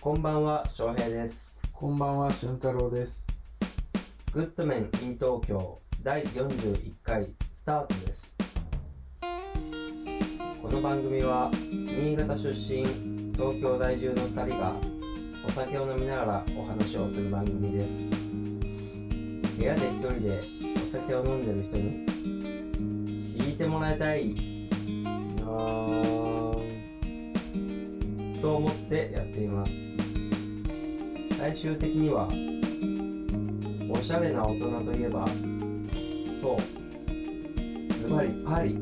こんばんは、翔平です。こんばんは、俊太郎です。グッドメン in 東京第41回スタートです。この番組は、新潟出身、東京在住の2人が、お酒を飲みながらお話をする番組です。部屋で一人でお酒を飲んでる人に、聞いてもらいたいと思ってやっています最終的にはおしゃれな大人といえばそうズバリパリ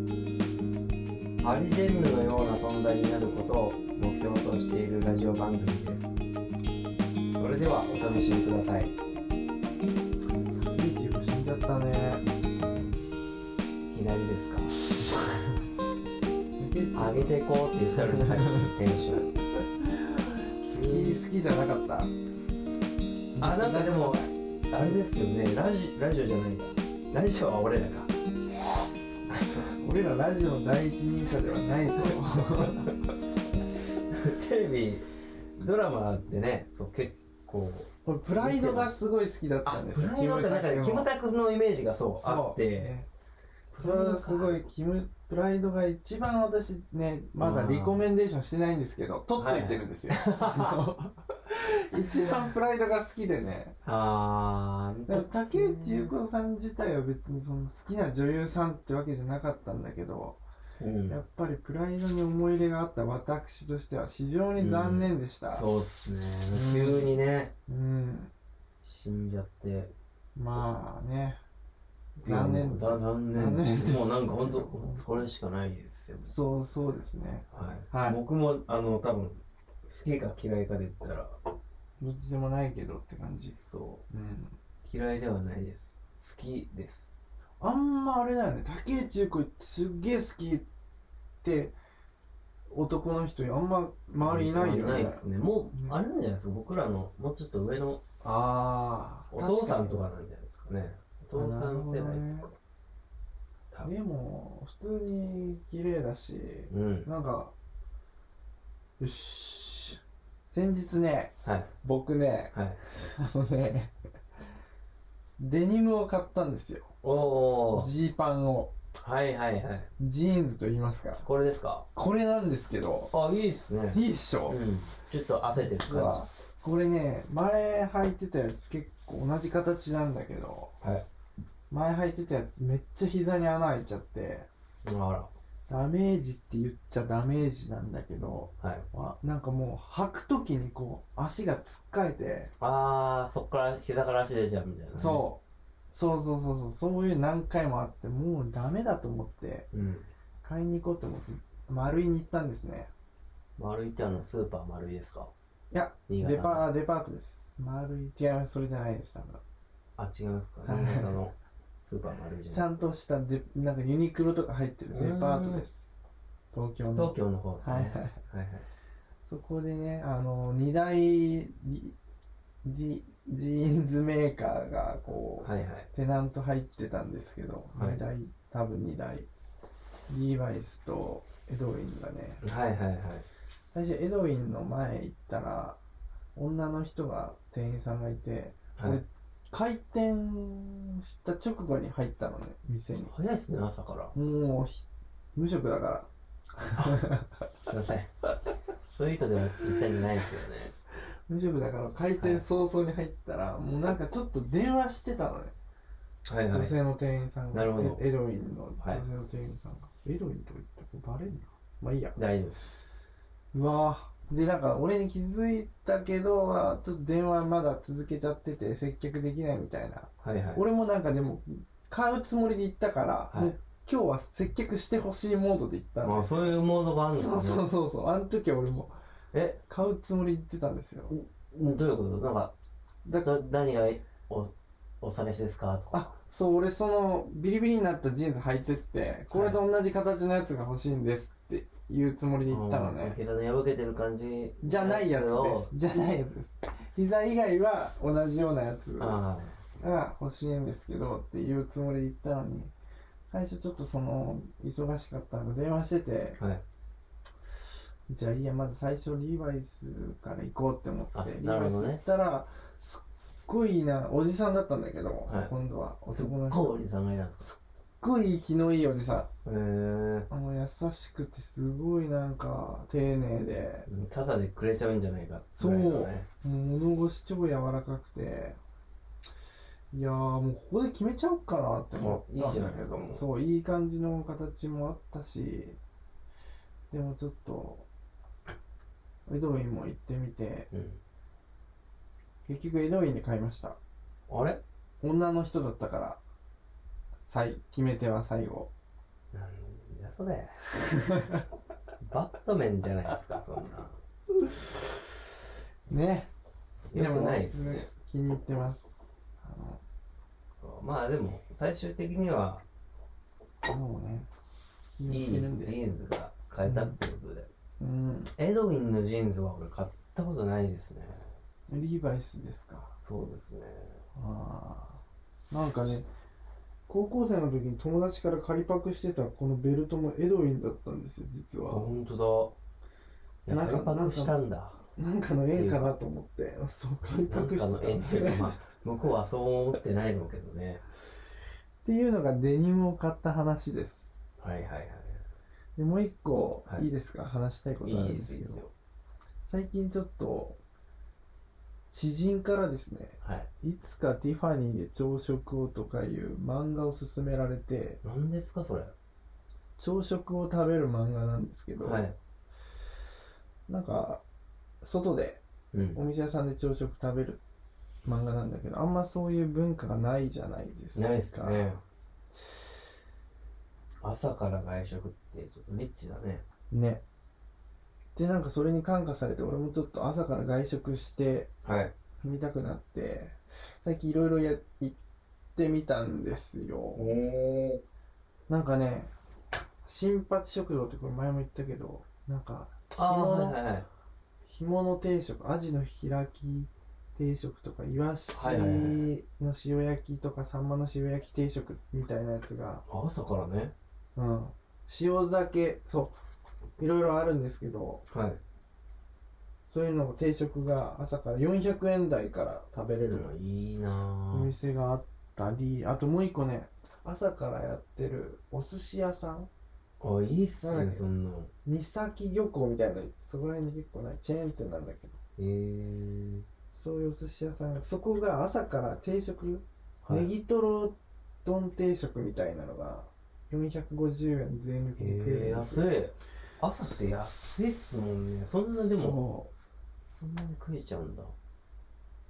パリジェンヌのような存在になることを目標としているラジオ番組ですそれではお楽しみくださいひいきも死んじゃったね。いきなりですか上げ好ていこうって言ってたのにさっきテンシ ョンき、好きじゃなかった。あなんかでもあれですよねラジラジオじゃないんだラジオは俺らか俺らラジオの第一人者ではないぞ。テレビドラマってねそう結構俺プライドがすごい好きだったあんですプよ。ライドってなんかねキムタクのイメージがそうそうあって、それはすご い、キム、プライドが一番私ね、まだリコメンデーションしてないんですけど、取っといてるん ですよ。一番プライドが好きでね。あでも竹内結子さん自体は別にその好きな女優さんってわけじゃなかったんだけど、うんやっぱりプライドに思い入れがあった私としては非常に残念でした。そうっすね急にねうん。死んじゃってまあね。残念いやもうざ残残念念ですもうなんか本当それしかないですよそうそうですね。はい、はい僕もあの多分好きか嫌いかで言ったらどっちでもないけどって感じ。そうん。う嫌いではないです好きですあんまあれだよね。竹内結子すっげえ好きって男の人にあんま周りいないよね。いないですねもう、うんあれなんじゃないですか僕らのもうちょっと上のああ。お父さんと確かなんじゃないですかねお父さん世代なるほどねとか、多かに。分でも、普通に綺麗だし、うんなんか、よし。先日ね、はい僕ね、はいあのね、デニムを買ったんですよ。おおージーパンを。はいはいはいジーンズと言いますか。これですかこれなんですけど、あいいっすねいいっしうょ、んちょっと汗です実はこれね、前履いてたやつ結構同じ形なんだけど、はい前履いてたやつめっちゃ膝に穴開いちゃって、あらダメージって言っちゃダメージなんだけど、はいあなんかもう履くときにこう足がつっかえて、あーそっから膝から足出ちゃうみたいなね、そうそうそうそうそうそういう何回もあってもうダメだと思ってううん買いに行こうと思って丸井に行ったんですね丸いってあのスーパー丸いですかいや新潟デパデパートです丸井違うそれじゃないです多分あ違いますかはい新潟のスーパー丸いじゃちゃないんとしたデなんかユニクロとか入ってるデパートです東京の東京の方ですねはいはいはいはいそこでね、あの、二大リジジーンズメーカーが、こう、はいはいテナント入ってたんですけど、はい二大、多分二大。リーバイスとエドウィンがね、はいはいはい最初エドウィンの前行ったら、女の人が、店員さんがいて、はい俺、開店した直後に入ったのね、店に。早いっすね朝からもうひ、無職だから。すいませ ん。そういう人では言ったんじゃないですけどね。無職だから、開店早々に入ったら、もうなんかちょっと電話してたのね。はい女性の店員さんが、なるほどエエロインのはい女性の店員さんが、エロインとか言ったらバレんなまあいいや大丈夫です。うわぁでなんか俺に気づいたけどあちょっと電話まだ続けちゃってて接客できないみたいな、はいはい。俺もなんかでも買うつもりで行ったから、はいもう今日は接客してほしいモードで行ったんまあですそういうモードがあるんですそうそうそうそうあの時は俺もえ、買うつもりで行ってたんですよどういうことなんか、だど何がお、お探しですかとか。あそう俺そのビリビリになったジーンズ履いてってこれと同じ形のやつが欲しいんですって言うつもりで行ったのね、膝の破けてる感じ。じゃないやつです。じゃないやつです。膝以外は同じようなやつあが欲しいんですけどっていうつもりで言ったのに、最初ちょっとその、忙しかったので電話してて、あ。はい。じゃあいいやまず最初リーバイスから行こうって思ってあリなーるバイほどスね行ったらすっごいいいなおじさんだったんだけど、はい今度はすっ男の人すっごいおじさんがいたんですごい気のいいおじさへえんあの優しくてすごいなんか丁寧でただでくれちゃうんじゃないかそうぐらいのねもう物腰超柔らかくていやーもうここで決めちゃおうかなって思ったあいいじゃんなだいでけすかどもうそういい感じの形もあったしでもちょっとエドウィンも行ってみてうん結局エドウィンで買いましたあれ女の人だったから最決め手は最後なんだそ れバットメンじゃないですかそんなねよくないですすごい気に入ってますあのまあでも最終的にはそうね気いにい入ジってるんでーンズが買えたってことで、うんエドウィンのジーンズは俺買ったことないですねリーバイスですかそうですねああなんかね高校生の時に友達から借りパクしてたこのベルトもエドウィンだったんですよ実あは本当だいなやんかカパクしたんだなんかの縁かなと思ってそう借りなパんクしかてのた縁っていうかまっあ向こうはそう思ってないのけどねていうのがデニムを買った話ですはいはいはいでもう一個、はいい、いですか話したいことあいるいんでですすいけいでどすよ最近ちょっと知人からですねはいいつかティファニーで朝食をとかいう漫画を勧められて何ですかそれ朝食を食べる漫画なんですけど、はいなんか外でうんお店屋さんで朝食食べる漫画なんだけどあんまそういう文化がないじゃないですかないっすね朝から外食ってちょっとリッチだねねでなんかそれに感化されて俺もちょっと朝から外食してはい見たくなって最近いろいろや行ってみたんですおよおなんかね新八食堂ってこれ前も言ったけどなんかああ干ー物はいはいはい干物定食アジの開き定食とかイワシはいはいはいの塩焼きとかサンマの塩焼き定食みたいなやつが、朝からねうん、塩酒そういろいろあるんですけどはいそういうのを定食が朝から400円台から食べれるいいなおぁ店があったりあともう一個ね朝からやってるお寿司屋さんあいいっすなねんだっけそんなの三崎漁港みたいなそこら辺に結構ないチェーン店なんだけへどえそういうお寿司屋さんがそこが朝から定食はネいギトロ丼定食みたいなのが450円税抜きで食えへえるんで安すよい朝って安いっすもんねそんなでもそそんなに食えちゃうんだう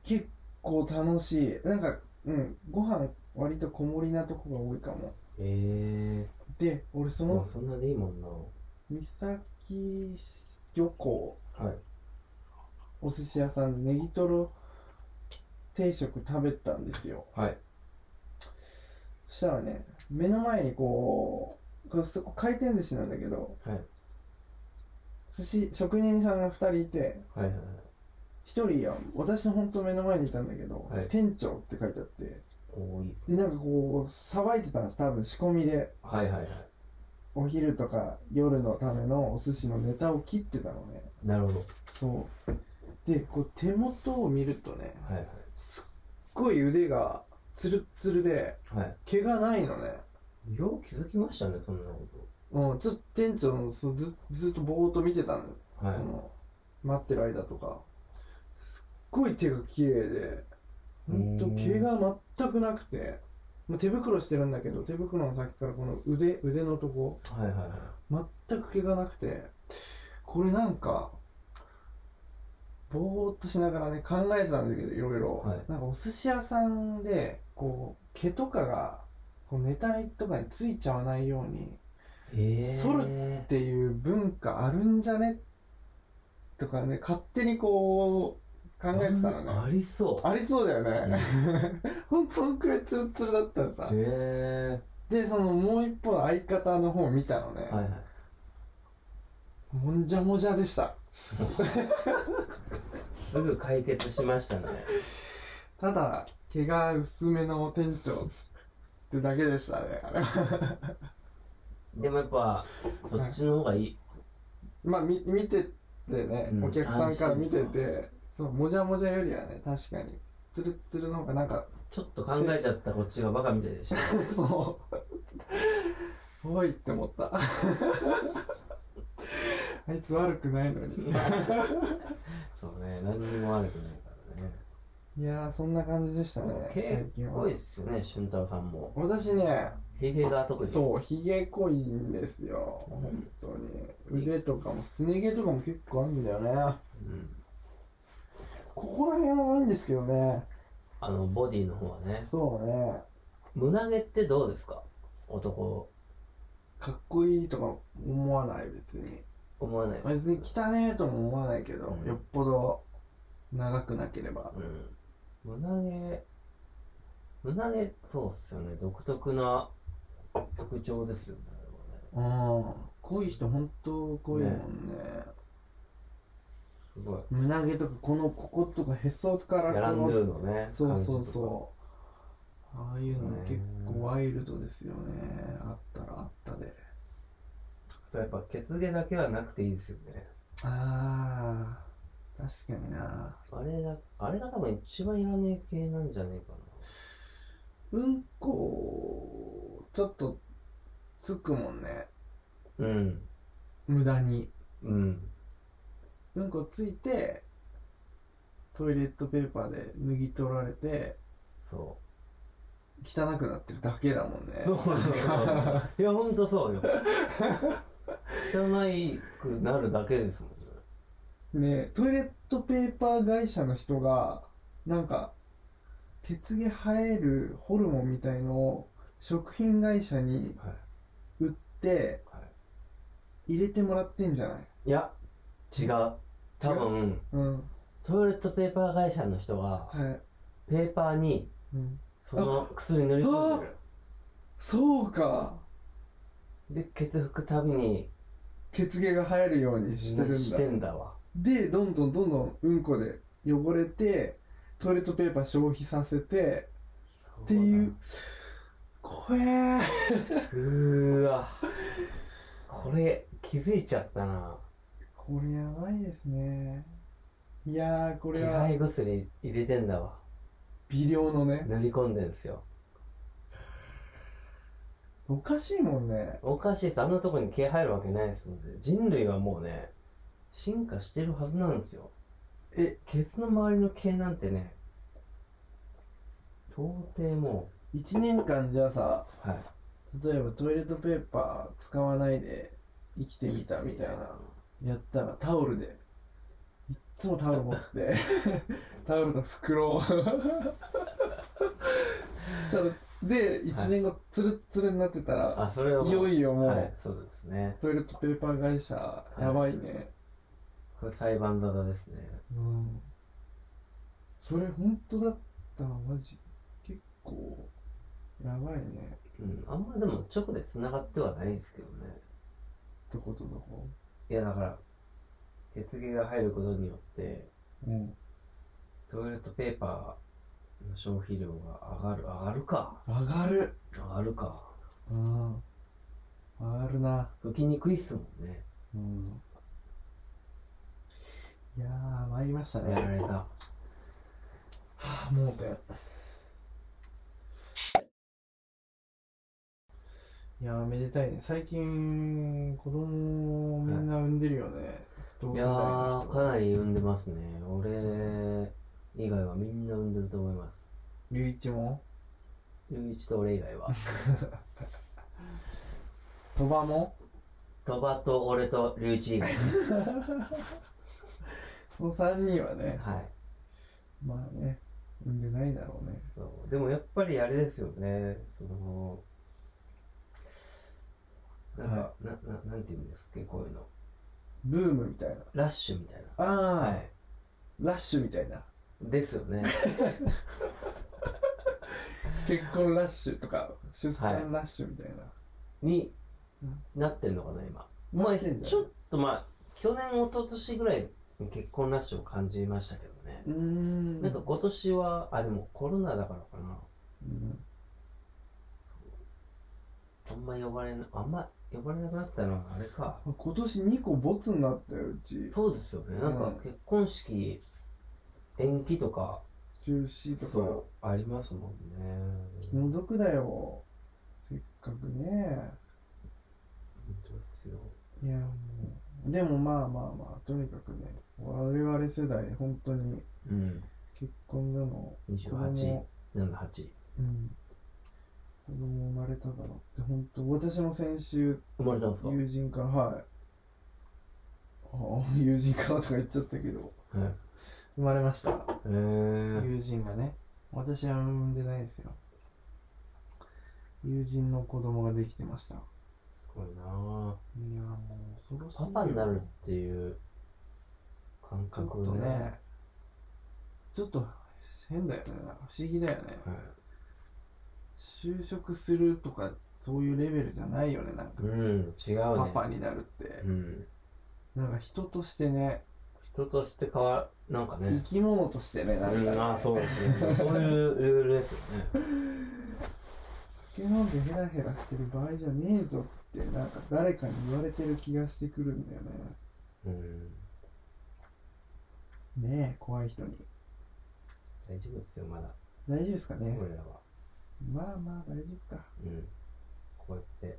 結構楽しいなんかうんご飯割と小盛りなとこが多いかもへえで俺そまあのそんなでいいもんな三崎漁港はいお寿司屋さんでネギトロ定食食べたんですよはいそしたらね目の前にこうこうそこ回転寿司なんだけどはい寿司職人さんが2人いてはいはいはい一人は私の本当目の前にいたんだけど、はい店長って書いてあっておーいいっすでねなんかこうさばいてたんです多分仕込みではいはいはいお昼とか夜のためのお寿司のネタを切ってたのねなるほどそうでこう手元を見るとねはいはいすっごい腕がツルッツルではい毛がないのねよう気づきましたね、そんなこうんちょっと店長のそうずずっとぼーっと見てたの、と。はいそ。の待ってる間とかすっごい手が綺麗でほんと毛が全くなくて、まあ、手袋してるんだけど手袋の先からこの腕腕のとこはいはいはい。全く毛がなくてこれなんかぼーっとしながらね考えてたんだけどいろいろ、はいなんかお寿司屋さんでこう毛とかがこうネタにとかについちゃわないようにええ。剃るっていう文化あるんじゃねとかね勝手にこう考えてたのねあありそう。ありそうだよね。ほ んとそのくらいツルツルだったのさ。えで、そのもう一方の相方の方を見たのねえ。。はいはい。もんじゃもじゃでした。すぐ解決しましたね。ただ、毛が薄めの店長ってだけでしたね。あれは。 でもやっぱ、そっちの方がいい。まあみ見ててね、うんお客さんから見て安心てそのもじゃもじゃよりはね確かにつるつるの方がなんかちょっと考えちゃったこっちがバカみたいでした。そう。おいって思った。 あいつ悪くないのに。そうね、何にも悪くないからね。いやー、そんな感じでしたそねう。最結近は構いいっすよね、俊太郎さんも。私ね、ヒゲが特に。そう、ひげ濃いんですよ。本当に。腕とかも、すね毛とかも結構あるんだよね。うん。ここら辺はないんですけどね。あの、ボディの方はね。そうね。胸毛ってどうですか男、かっこいいとか思わない、別に。思わないです。別に汚ねえとも思わないけどう、んよっぽど長くなければ。うん。胸毛、胸毛、そうっすよね。独特な特徴ですよね。あれはねうん。濃い人、本当濃いもんね。すごい。胸毛とか、この、こことか、へそからギャランこドの、ゥのね。そうそう感じとそう。ああいうの結構ワイルドですよね。あったらあったで。か。あとやっぱ、ケツ毛だけはなくていいですよね。ああ、確かにな。あれが、あれが多分一番いらねえ系なんじゃねえかな。うんこ、ちょっと、つくもんね。うん。無駄に。うん。うんこついて、トイレットペーパーで脱ぎ取られて、そ汚くなってるだけだもんねう。。そうそう そう。いや、ほんとそうよ。汚くなるだけですもんね。ねえトイレットペーパー会社の人がなんか血毛生えるホルモンみたいのを食品会社にはい。売っては入れてもらってんじゃないい、いや、違う。多分、うんトイレットペーパー会社の人が、はい、ペーパーに、うん、その薬塗り込んでる。そうかで、血拭くたびに、血毛が生えるようにしてるんだしてんだわ。でどんどんどんどんうんこで汚れてトイレットペーパー消費させてっていう怖えーそうだ。うーわ。これ、気づいちゃったな。これやばいですねいやーこ気れは配薬入れてんだわ。微量のね塗り込んでんすよ。おかしいもんね。おかしいです。あんなとこに毛生えるわけないですので、人類はもうね、進化してるはずなんですよ。え、ケツの周りの毛なんてね、到底も1年間じゃあさ、う、はい。例えばトイレットペーパー使わないで生きてみたみたいな、やったらタオルで、いっつもタオル持って、 タオルと袋を。 したらで、1年後、ツルッツルになってたら、あ、それはもういよいよもう、はい、そうですね。トイレットペーパー会社、いやばいね。これ裁判沙汰ですね。うん。それ本当だったわ、マジ。結構、やばいね。うん、あんまでも直で繋がってはないですけどね。どことどこいや、だから、血毛が入ることによって、うん。トイレットペーパーの消費量が上がる、上がるか。上がる。上がるか。うん。上がるな。拭きにくいっすもんね。うん。いやー、参りましたやね。られた。はぁ、盲点。いやー、めでたいね。最近、子供をみんな産んでるよね。同い世や代のー、人かなり産んでますね。俺以外はみんな産んでると思います。龍一も龍一と俺以外は。鳥羽も鳥羽と俺と龍一以外。この3人はね、はい。まあね、産んでないだろうね。そう。でもやっぱりあれですよね。その、なんか、はな、な、なんて言うんですっけ、こういうの。ブームみたいな。ラッシュみたいあーな。、はい。ラッシュみたいな。ですよ ね。結婚ラッシュとか出産ラッシュみたいな、にうんなってんのかな、今。もまうあ、一年じゃんちょっとまあ、去年、一昨年ぐらいに結婚ラッシュを感じましたけどね。うーんなんか今年は、あ、でもコロナだからかな。うんあんま呼ばれなあんま、呼ばれなくなったのはあれか今年2個ボツになったようちそうですよねなんかうん結婚式延期とか中止とかそうありますもんね気の毒だよせっかくね本当ですよいやもうでもまあまあまあとにかくね我々世代本当にうん結婚だの子28供なんだ8うん子供生まれただろって本当私も先週生まれたんですか、友人からはいあ友人からとか言っちゃったけどはい生まれましたえー、友人がね私は産んでないですよ友人の子供ができてましたいすごいなぁやもう恐ろしいパパになるっていう感ちょ覚っとねねちょっと変だよね不思議だよねは就職するとかそういうレベルじゃないよねなんかい、うん違うねパパになるってうんなんか人としてね人として変わなんか生ねき物としてねなんかねうん、あーそうですねそういうレベルですよね酒飲んでヘラヘラしてる場合じゃねえぞってなんか誰かに言われてる気がしてくるんだよねうんねえ怖い人に大丈夫ですよまだ大丈夫ですかね、俺らはまあまあ大丈夫かうんこうやって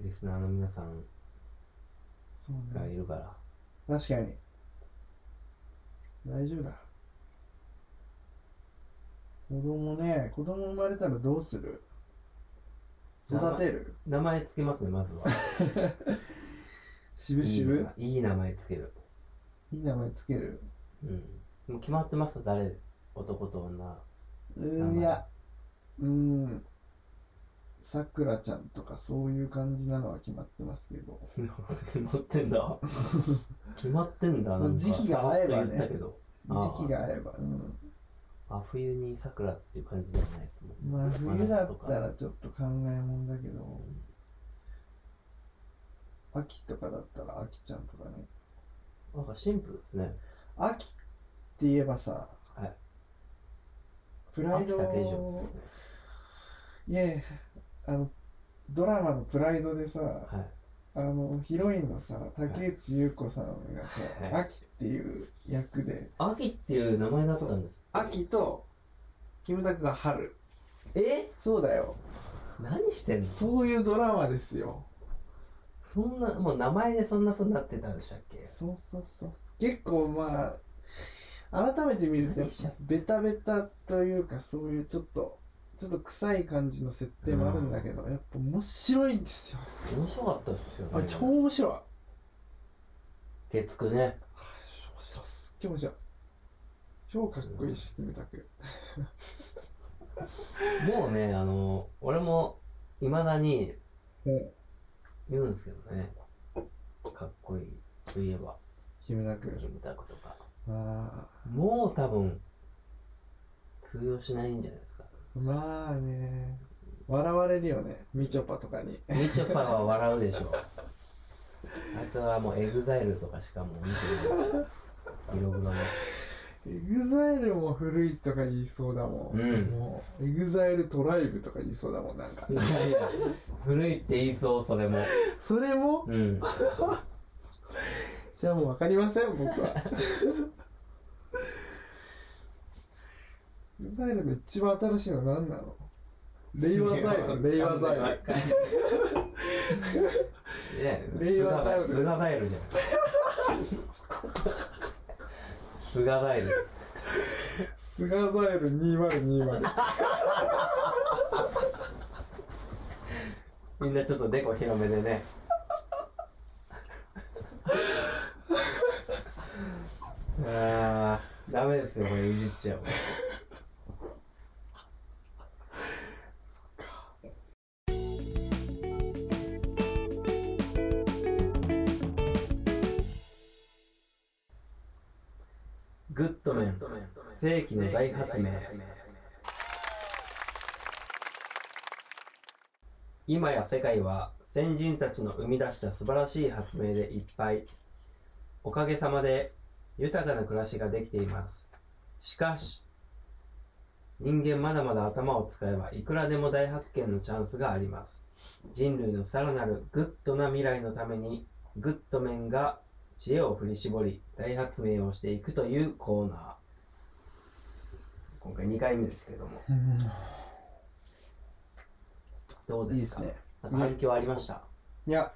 リスナーの皆さんそうがいねるから、確かに大丈夫だ子供ね子供生まれたらどうする育てる名前つけますねま ずはしぶしぶいいいい名前つけるいい名前つけるうんもう決まってます誰男と女う名前ーんいやうんさくらちゃんとかそういう感じなのは決まってますけど 決まってんだ決まってんだなんか時期が合えばねさらっと言ったけどああ時期があればうん真冬に桜っていう感じではないですもんまあ冬だっまたあら夏ちょっと考えもんだけとかど秋とかだったら秋ちゃんとかねうんなんかシンプルですね秋って言えばさ、はいプライ秋ド田レジョンですよねいやいやあのドラマの「プライド」でさはいあのヒロインのさ竹内優子さんがさ、はい秋っていう役で秋っていう名前だったんです秋とキムタクが春えそうだよ何してんのそういうドラマですよそんなもう名前でそんなふうになってたんでしたっけそうそうそう結構まあ改めて見るとやっぱベタベタというかそういうちょっとちょっと臭い感じの設定もあるんだけど、やっぱ面白いんですよ面白かったっすよあねれ超面白い月9ね超すっげえ面白い超かっこいいしキムタクもうねあの俺もいまだにうん言うんですけどねかっこいいといえばキムタクキムタクとかまもう多分通用しないんじゃないですかあまあね笑われるよねみちょぱとかにみちょぱは笑うでし ょあいつはもうエグザイルとかしかもう見てない色黒のエグザイルも古いとか言いそうだもん、うんもうエグザイルトライブとか言いそうだもんなんかいやいや古いって言いそうそれもそれもうんじゃあもう分かりません僕 はエグザイルの一番新しいの何なの令和ザイル令和ザイルル令和ザイル菅ザイルじ ゃん菅ザイル菅ザイル2020みんなちょっとデコ広めでねあーダメですよこれいじっちゃうグッドメン世紀の大発明今や世界は先人たちの生み出した素晴らしい発明でいっぱいおかげさまで豊かな暮らしができていますしかし人間まだまだ頭を使えばいくらでも大発見のチャンスがあります人類のさらなるグッドな未来のためにグッドメンが知恵を振り絞り大発明をしていくというコーナー今回2回目ですけどもどういいでですすかね。なんか反響ありました、いや、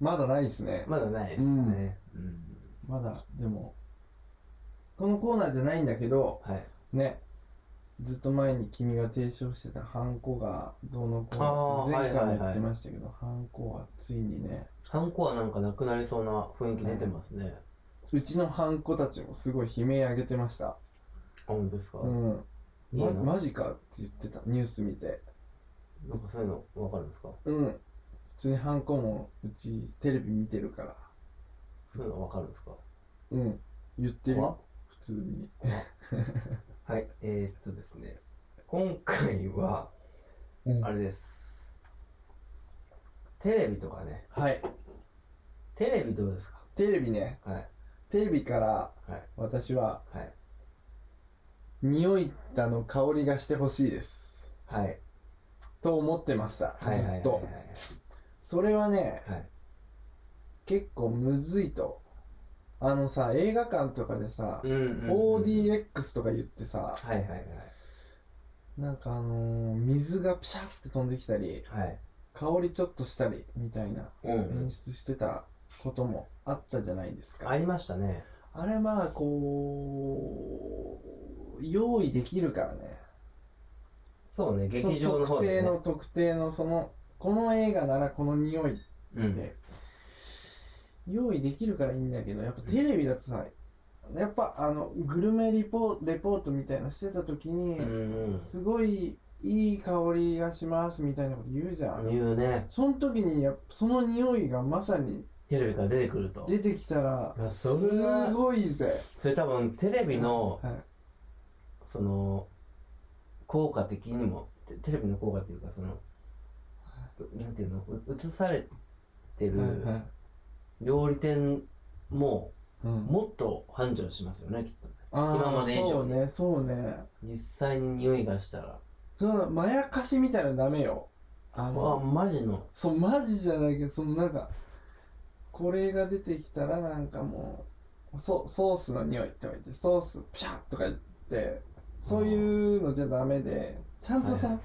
まだないですね。まだないですね、うんまだ、でも、このコーナーじゃないんだけど、はいね、ずっと前に君が提唱してたハンコがどうのこうのあー前回はいはいはいも言ってましたけど、ハンコはついにね、ハンコはなんかなくなりそうな雰囲気出てますね、うちのハンコたちもすごい悲鳴上げてました。あ本当ですか、うん。いいま、なマジかって言ってた、ニュース見て。なんかそういうのわかるんですかうん。普通にハンコもうちテレビ見てるから。そういうのわかるんですかうん。言ってる怖っよ。普通に。はい、えー、っとですね、今回は、うんあれです。テレビとかね、はい。テレビどうですかテレビね。はい、テレビからはい、私ははい、匂いだの香りがしてほしいですはい、と思ってました、はい、ずっとそれはねはい、結構むずいとあのさ映画館とかでさ、うんうんうん 4DX とか言ってさはい、はい、はい、なんかあのー水がピシャって飛んできたりはい、香りちょっとしたりみたいなうんうん演出してたこともあったじゃないですか、ありましたね。あれまあこう用意できるからねそうね、劇場のそ方で、ね。特定の特定のそのこの映画ならこの匂いっうん、て用意できるからいいんだけどやっぱテレビだとさやっぱあのグルメリポレポートみたいのしてた時に、うん、すごいいい香りがしますみたいなこと言うじゃ、うんん。言うね、その時にやっぱその匂いがまさにテレビから出てくると。出てきたらいやすそれはごいぜそれ多分、テレビの、はいその効果的にもテテレビの効果っていうかそのなんていうのう映されてはいはるい料理店もうんもっと繁盛しますよねきっとあー今まで以上にそうねそうね実際に匂いがしたらそのまやかしみたいなのダメよああのマジのそうマジじゃないけどそのなんかこれが出てきたらなんかもうソソースの匂いって言われてソースピシャッとか言ってそういうのじゃダメでちゃんとその、は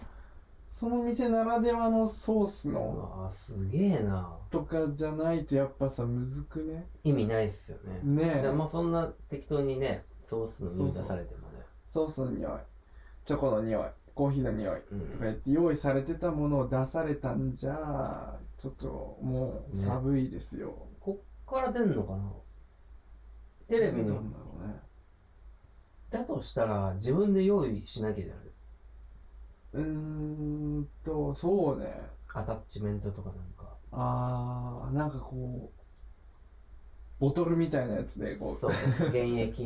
その店ならではのソースうのわすげえなとかじゃないとやっぱさむずくね意味ないっすよねねでえまあそんな適当にねソースの匂い出されてもねソースの匂いチョコの匂いコーヒーの匂いうんとか言って用意されてたものを出されたんじゃちょっともう寒いですよ、こっから出んのかなテレビなのんだろうねだとしたら自分で用意しなきゃじゃないですうーんと、そうね。かアタッチメントとかなんかあー、なんかこう、ボトルみたいなやつで、こう、そう、現役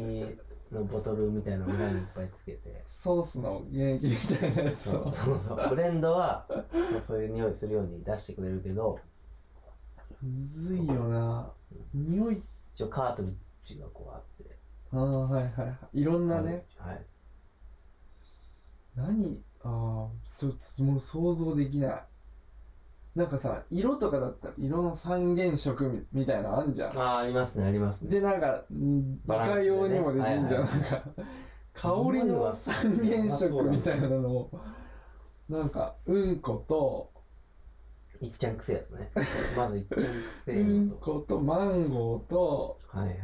のボトルみたいなの裏にいっぱいつけて。ソースの原液みたいなやつそをう。そうそう。ブレンドはそう、そういう匂いするように出してくれるけど、むずいよな。匂い、一応カートリッジがこうあって。あー、はいはいはい。いろんなね。はい。何あー、ちょっともう想像できない。なんかさ、色とかだったら、色の三原色みみたいなのあんじゃんあ。あ、ありますね、ありますね。で、なんか、んバランいスでかねようにもできんじはゃん。いはいなんか、香りの三原色みたいなのを、なんか、うんこと、いっちゃんくせえやつね。まずいっちゃんくうせえんの と。こと、マンゴーと、はいはいは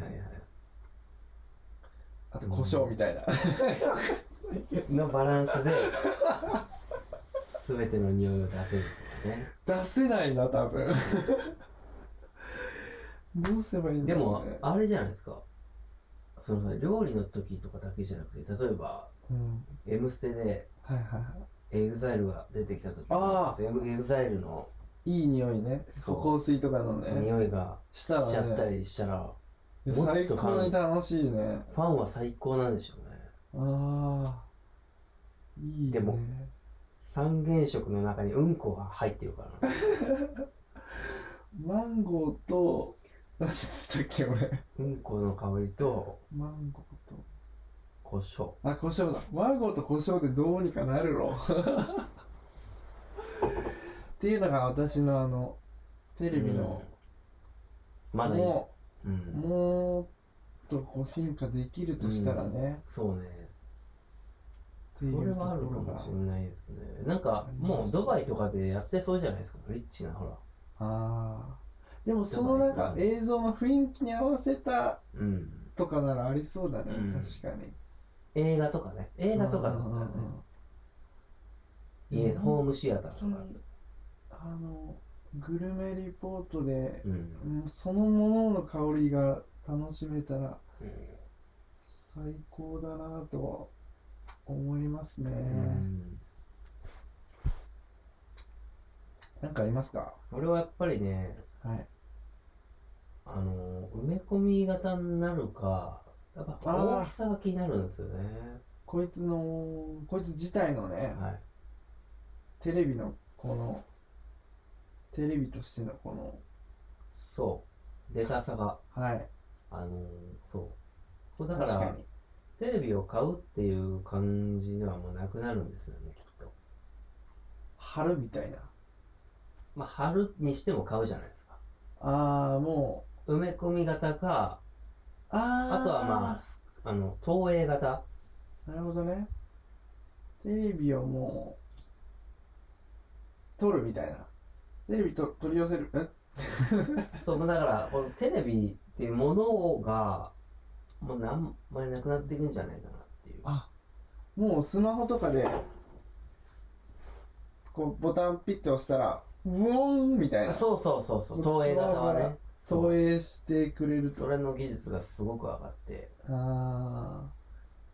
あと、胡椒みたいな。い。のバランスで、すべての匂いを出せるとかね。出せないな、多分。どうすればいいんでだろもうね、。あれじゃないですか。その料理の時とかだけじゃなくて、例えば、うん。 M ステで、はいはいはエグザイルが出てきた時ああ全部エグザイルのい。いい匂いね。そう香水とかのね、匂いがししたらちゃったね、りしたら、いやもっと最高に楽しいね。ファンは最高なんでしょうねあー、いいね。でも三原色の中にうんこが入ってるからなマンゴーと、なんつったっけ俺。うんこの香りとマンゴーと。胡椒あ、胡椒だ。マンゴーと胡椒でどうにかなるろ。っていうのが私のあのテレビの、まだいい、もう、うんもっとこう進化できるとしたらね、そうねっそていれうとこはあるかろもがしれないですねなんかもうドバイとかでやってそうじゃないですかリッチなほらあーでもそのなんかうん映像の雰囲気に合わせたうんとかならありそうだね、うん確かに映画とかね映画とかだっうんたうんうらねん家うんホームシアターとそかのあのグルメリポートで、うんもうそのものの香りが楽しめたらうん最高だなと思いますね、うんなんかありますか俺はやっぱりねはいあの埋め込み型になるかやっぱ大きさが気になるんですよねこいつのこいつ自体のねはいテレビのこのテレビとしてのこのそうでかさがはいあのそうそうだから確かにテレビを買うっていう感じではもうなくなるんですよねきっと春みたいなまあ春にしても買うじゃないですかああもう埋め込み型かああとはまああの投影型あなるほどねテレビをもう撮るみたいなテレビと取り寄せるえそうだからこのテレビっていうものがもう何まりなくなっていくんじゃないかなっていうあもうスマホとかでこうボタンピッて押したらウォーンみたいなそうそうそうそう投影型はねそ投う影してくれるそとれの技術がすごく上がって、ああ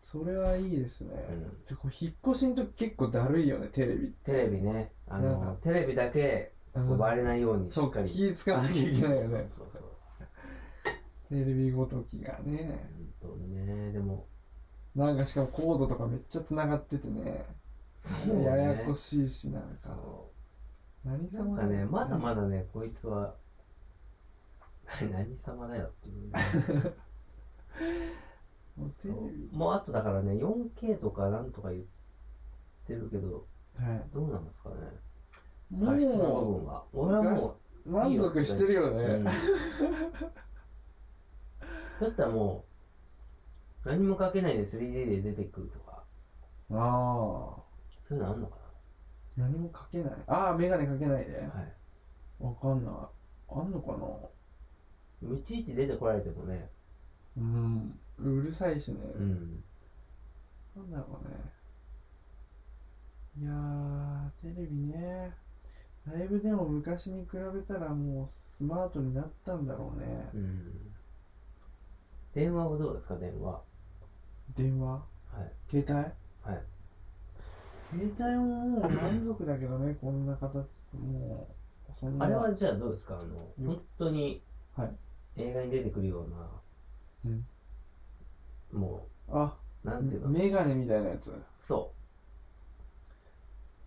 それはいいですね、うん、でこう引っ越しの時結構だるいよねテレビテレビねあなのんかテレビだけ奪あわれないようにしそっうかかり気使わなきゃいけないよねそうそうそうテレビごときがね本当にねでもなんかしかもコードとかめっちゃ繋がっててねそうねややこしいしなんかそ何うなん様かねまだだまだねこいつは 何様だよっていうもうテレビもうあとだからね 4K とかなんとか言ってるけどはいどうなんですかね画質の部も分は俺はもう満足してるよう、ね、 うんだったらもう何もかけないで 3D で出てくるとかああそういうのあんのか何もかけないああ眼鏡かけないでなはいわかんないあんのかないちいち出てこられてもねうんうるさいしね、うんなんだろうね。いやー、テレビね。だいぶでも昔に比べたらもうスマートになったんだろうね。うん電話はどうですか電話は電話携いはい帯携帯ももう満足だけどね、こんな形。もう、そんな。あれはじゃあどうですかあの、うん本当にはい映画に出てくるような、うんもあ、う、なんていうの、メガネみたいなやつ。そ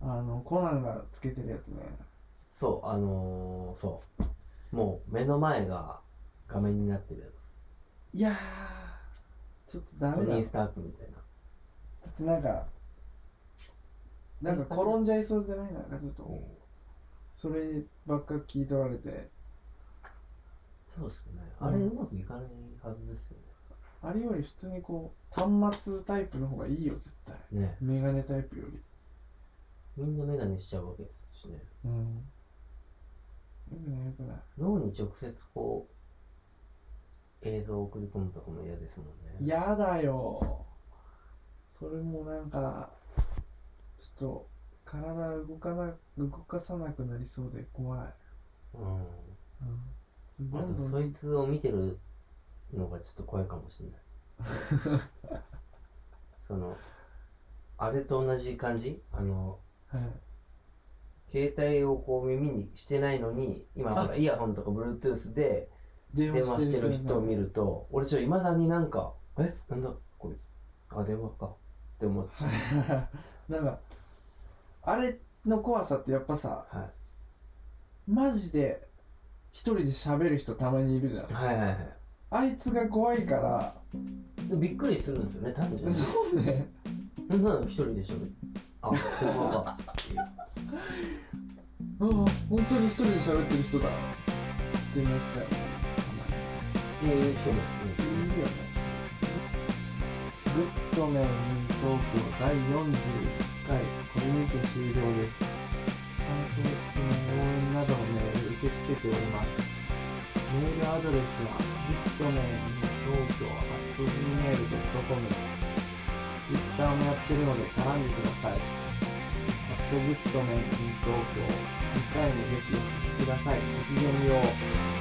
う、あの、コナンがつけてるやつね。そう、あのー、そう、もう目の前が画面になってるやいやー、ちょっとダつ、トメだ。だニっー・スタークみたいな。てなんか、なんか転んじゃいそうじゃないなんかちょっと。そればっか聞い取られてそうですよね。あれ、ううまくいかないはずですよあれより普通にこう端末タイプの方がいいよ絶対ね。ねメガネタイプよりみんなメガネしちゃうわけですしね。うんよくないよくない脳に直接こう、映像を送り込むとかも嫌ですもんね。やだよそれもなんかちょっと体動かな動かさなくなりそうで怖い、うんうん、あどんとどんそいつを見てるのがちょっと怖いかもしれ ないそのあれと同じ感じあのはい、携帯をこう耳にしてないのに今ほらイヤホンとか Bluetooth で電電話してる人を見るると俺ちょっといまだになんか「えなんだこいつあ電話か」って思っちゃはい なんかあれの怖さってやっぱさう、はマジで一人で喋る人たまにいるじゃんい、はいはいはいあいつが怖いからでびっくりするんですよね単 純にそうね「なんなの一人でしょ」あ電話かっていうああ本当に一人で喋ってる人だって思ったよねていう人も、いいよねグッドメントーク第41回これにて終了です感想質問応援などのメール受け付けておりますメールアドレスはグッドメン東京 .gmail.com ツイッターもやってるので絡んでくださいアットグッドメン東京次回もぜひお聞きくださいごきげんよう